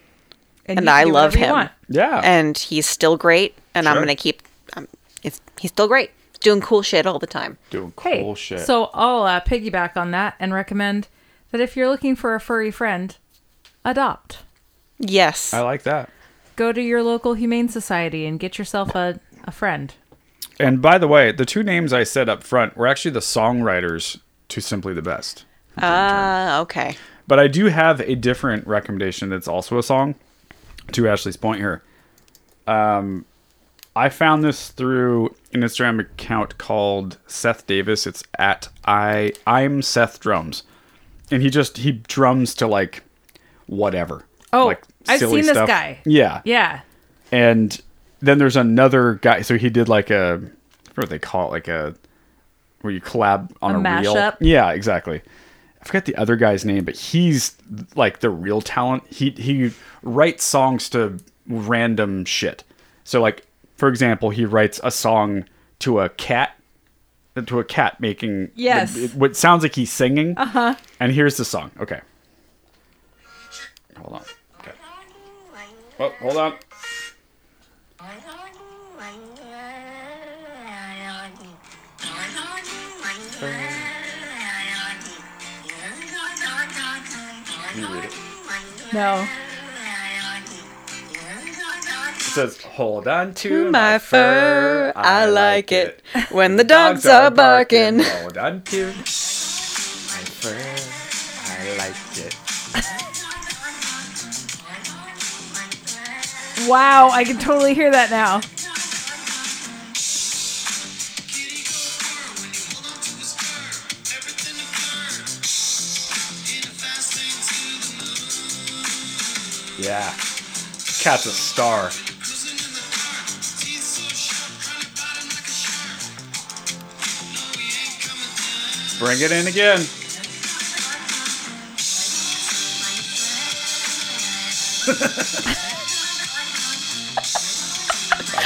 and,
you can
I
do
love
whatever you
him.
want.
Yeah.
And he's still great, and I'm
Sure.
going to keep. Um, it's, he's still great. Doing cool shit all the time.
Doing
Hey,
cool shit.
so I'll uh, piggyback on that and recommend that if you're looking for a furry friend, adopt.
Yes.
I like that.
Go to your local humane society and get yourself a, a friend.
And by the way, the two names I said up front were actually the songwriters to Simply the Best.
Ah, okay.
But I do have a different recommendation that's also a song to Ashley's point here. Um, I found this through an Instagram account called Seth Davis. It's at I I'm Seth Drums, and he just he drums to like whatever.
Oh,
like
I've seen this guy.
Yeah,
Yeah.
and then there's another guy. So he did like a I forget what they call it, like a where you collab on
A
a, reel.
mashup?
Yeah, exactly. I forget the other guy's name, but he's like the real talent. He he writes songs to random shit. So like for example, he writes a song to a cat to a cat making
Yes.
the- what sounds like he's singing. Uh-huh. And here's the song. Okay. Hold on. Okay. Oh, hold on.
No.
It says, "Hold on to,
To my fur, I like it. When the [LAUGHS] dogs are barking.
Hold on to my fur, I like it."
Wow, I can totally hear that now.
Yeah, cat's a star. Bring it in again.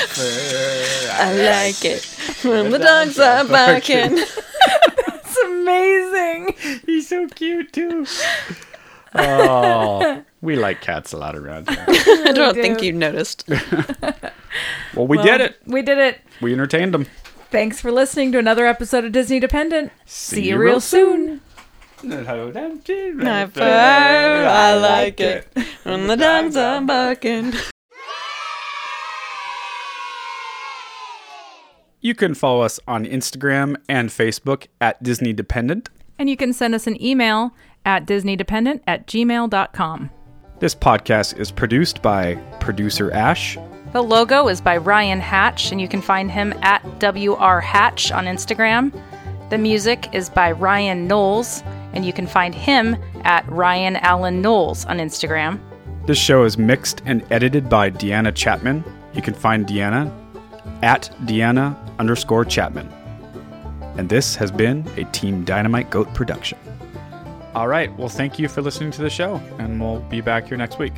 I like it. [LAUGHS] When the dogs are barking.
It's amazing.
He's so cute too.
[LAUGHS]
Oh, we like cats a lot around here.
[LAUGHS] I don't think
do.
you noticed.
Well, we did it.
We did it.
We entertained them.
Thanks for listening to another episode of Disney Dependent. See,
you
you
real
real soon.
My fur, I like it. When the dogs are barking.
You can follow us on Instagram and Facebook at Disney Dependent.
And you can send us an email at disneydependent at gmail.com.
This podcast is produced by producer Ash.
The logo is by Ryan Hatch, and you can find him at WR Hatch on Instagram. The music is by Ryan Knowles, and you can find him at Ryan Allen Knowles on Instagram.
This show is mixed and edited by Deanna Chapman. You can find Deanna at Deanna underscore Chapman. And this has been a Team Dynamite Goat production. All right. Well, thank you for listening to the show, and we'll be back here next week.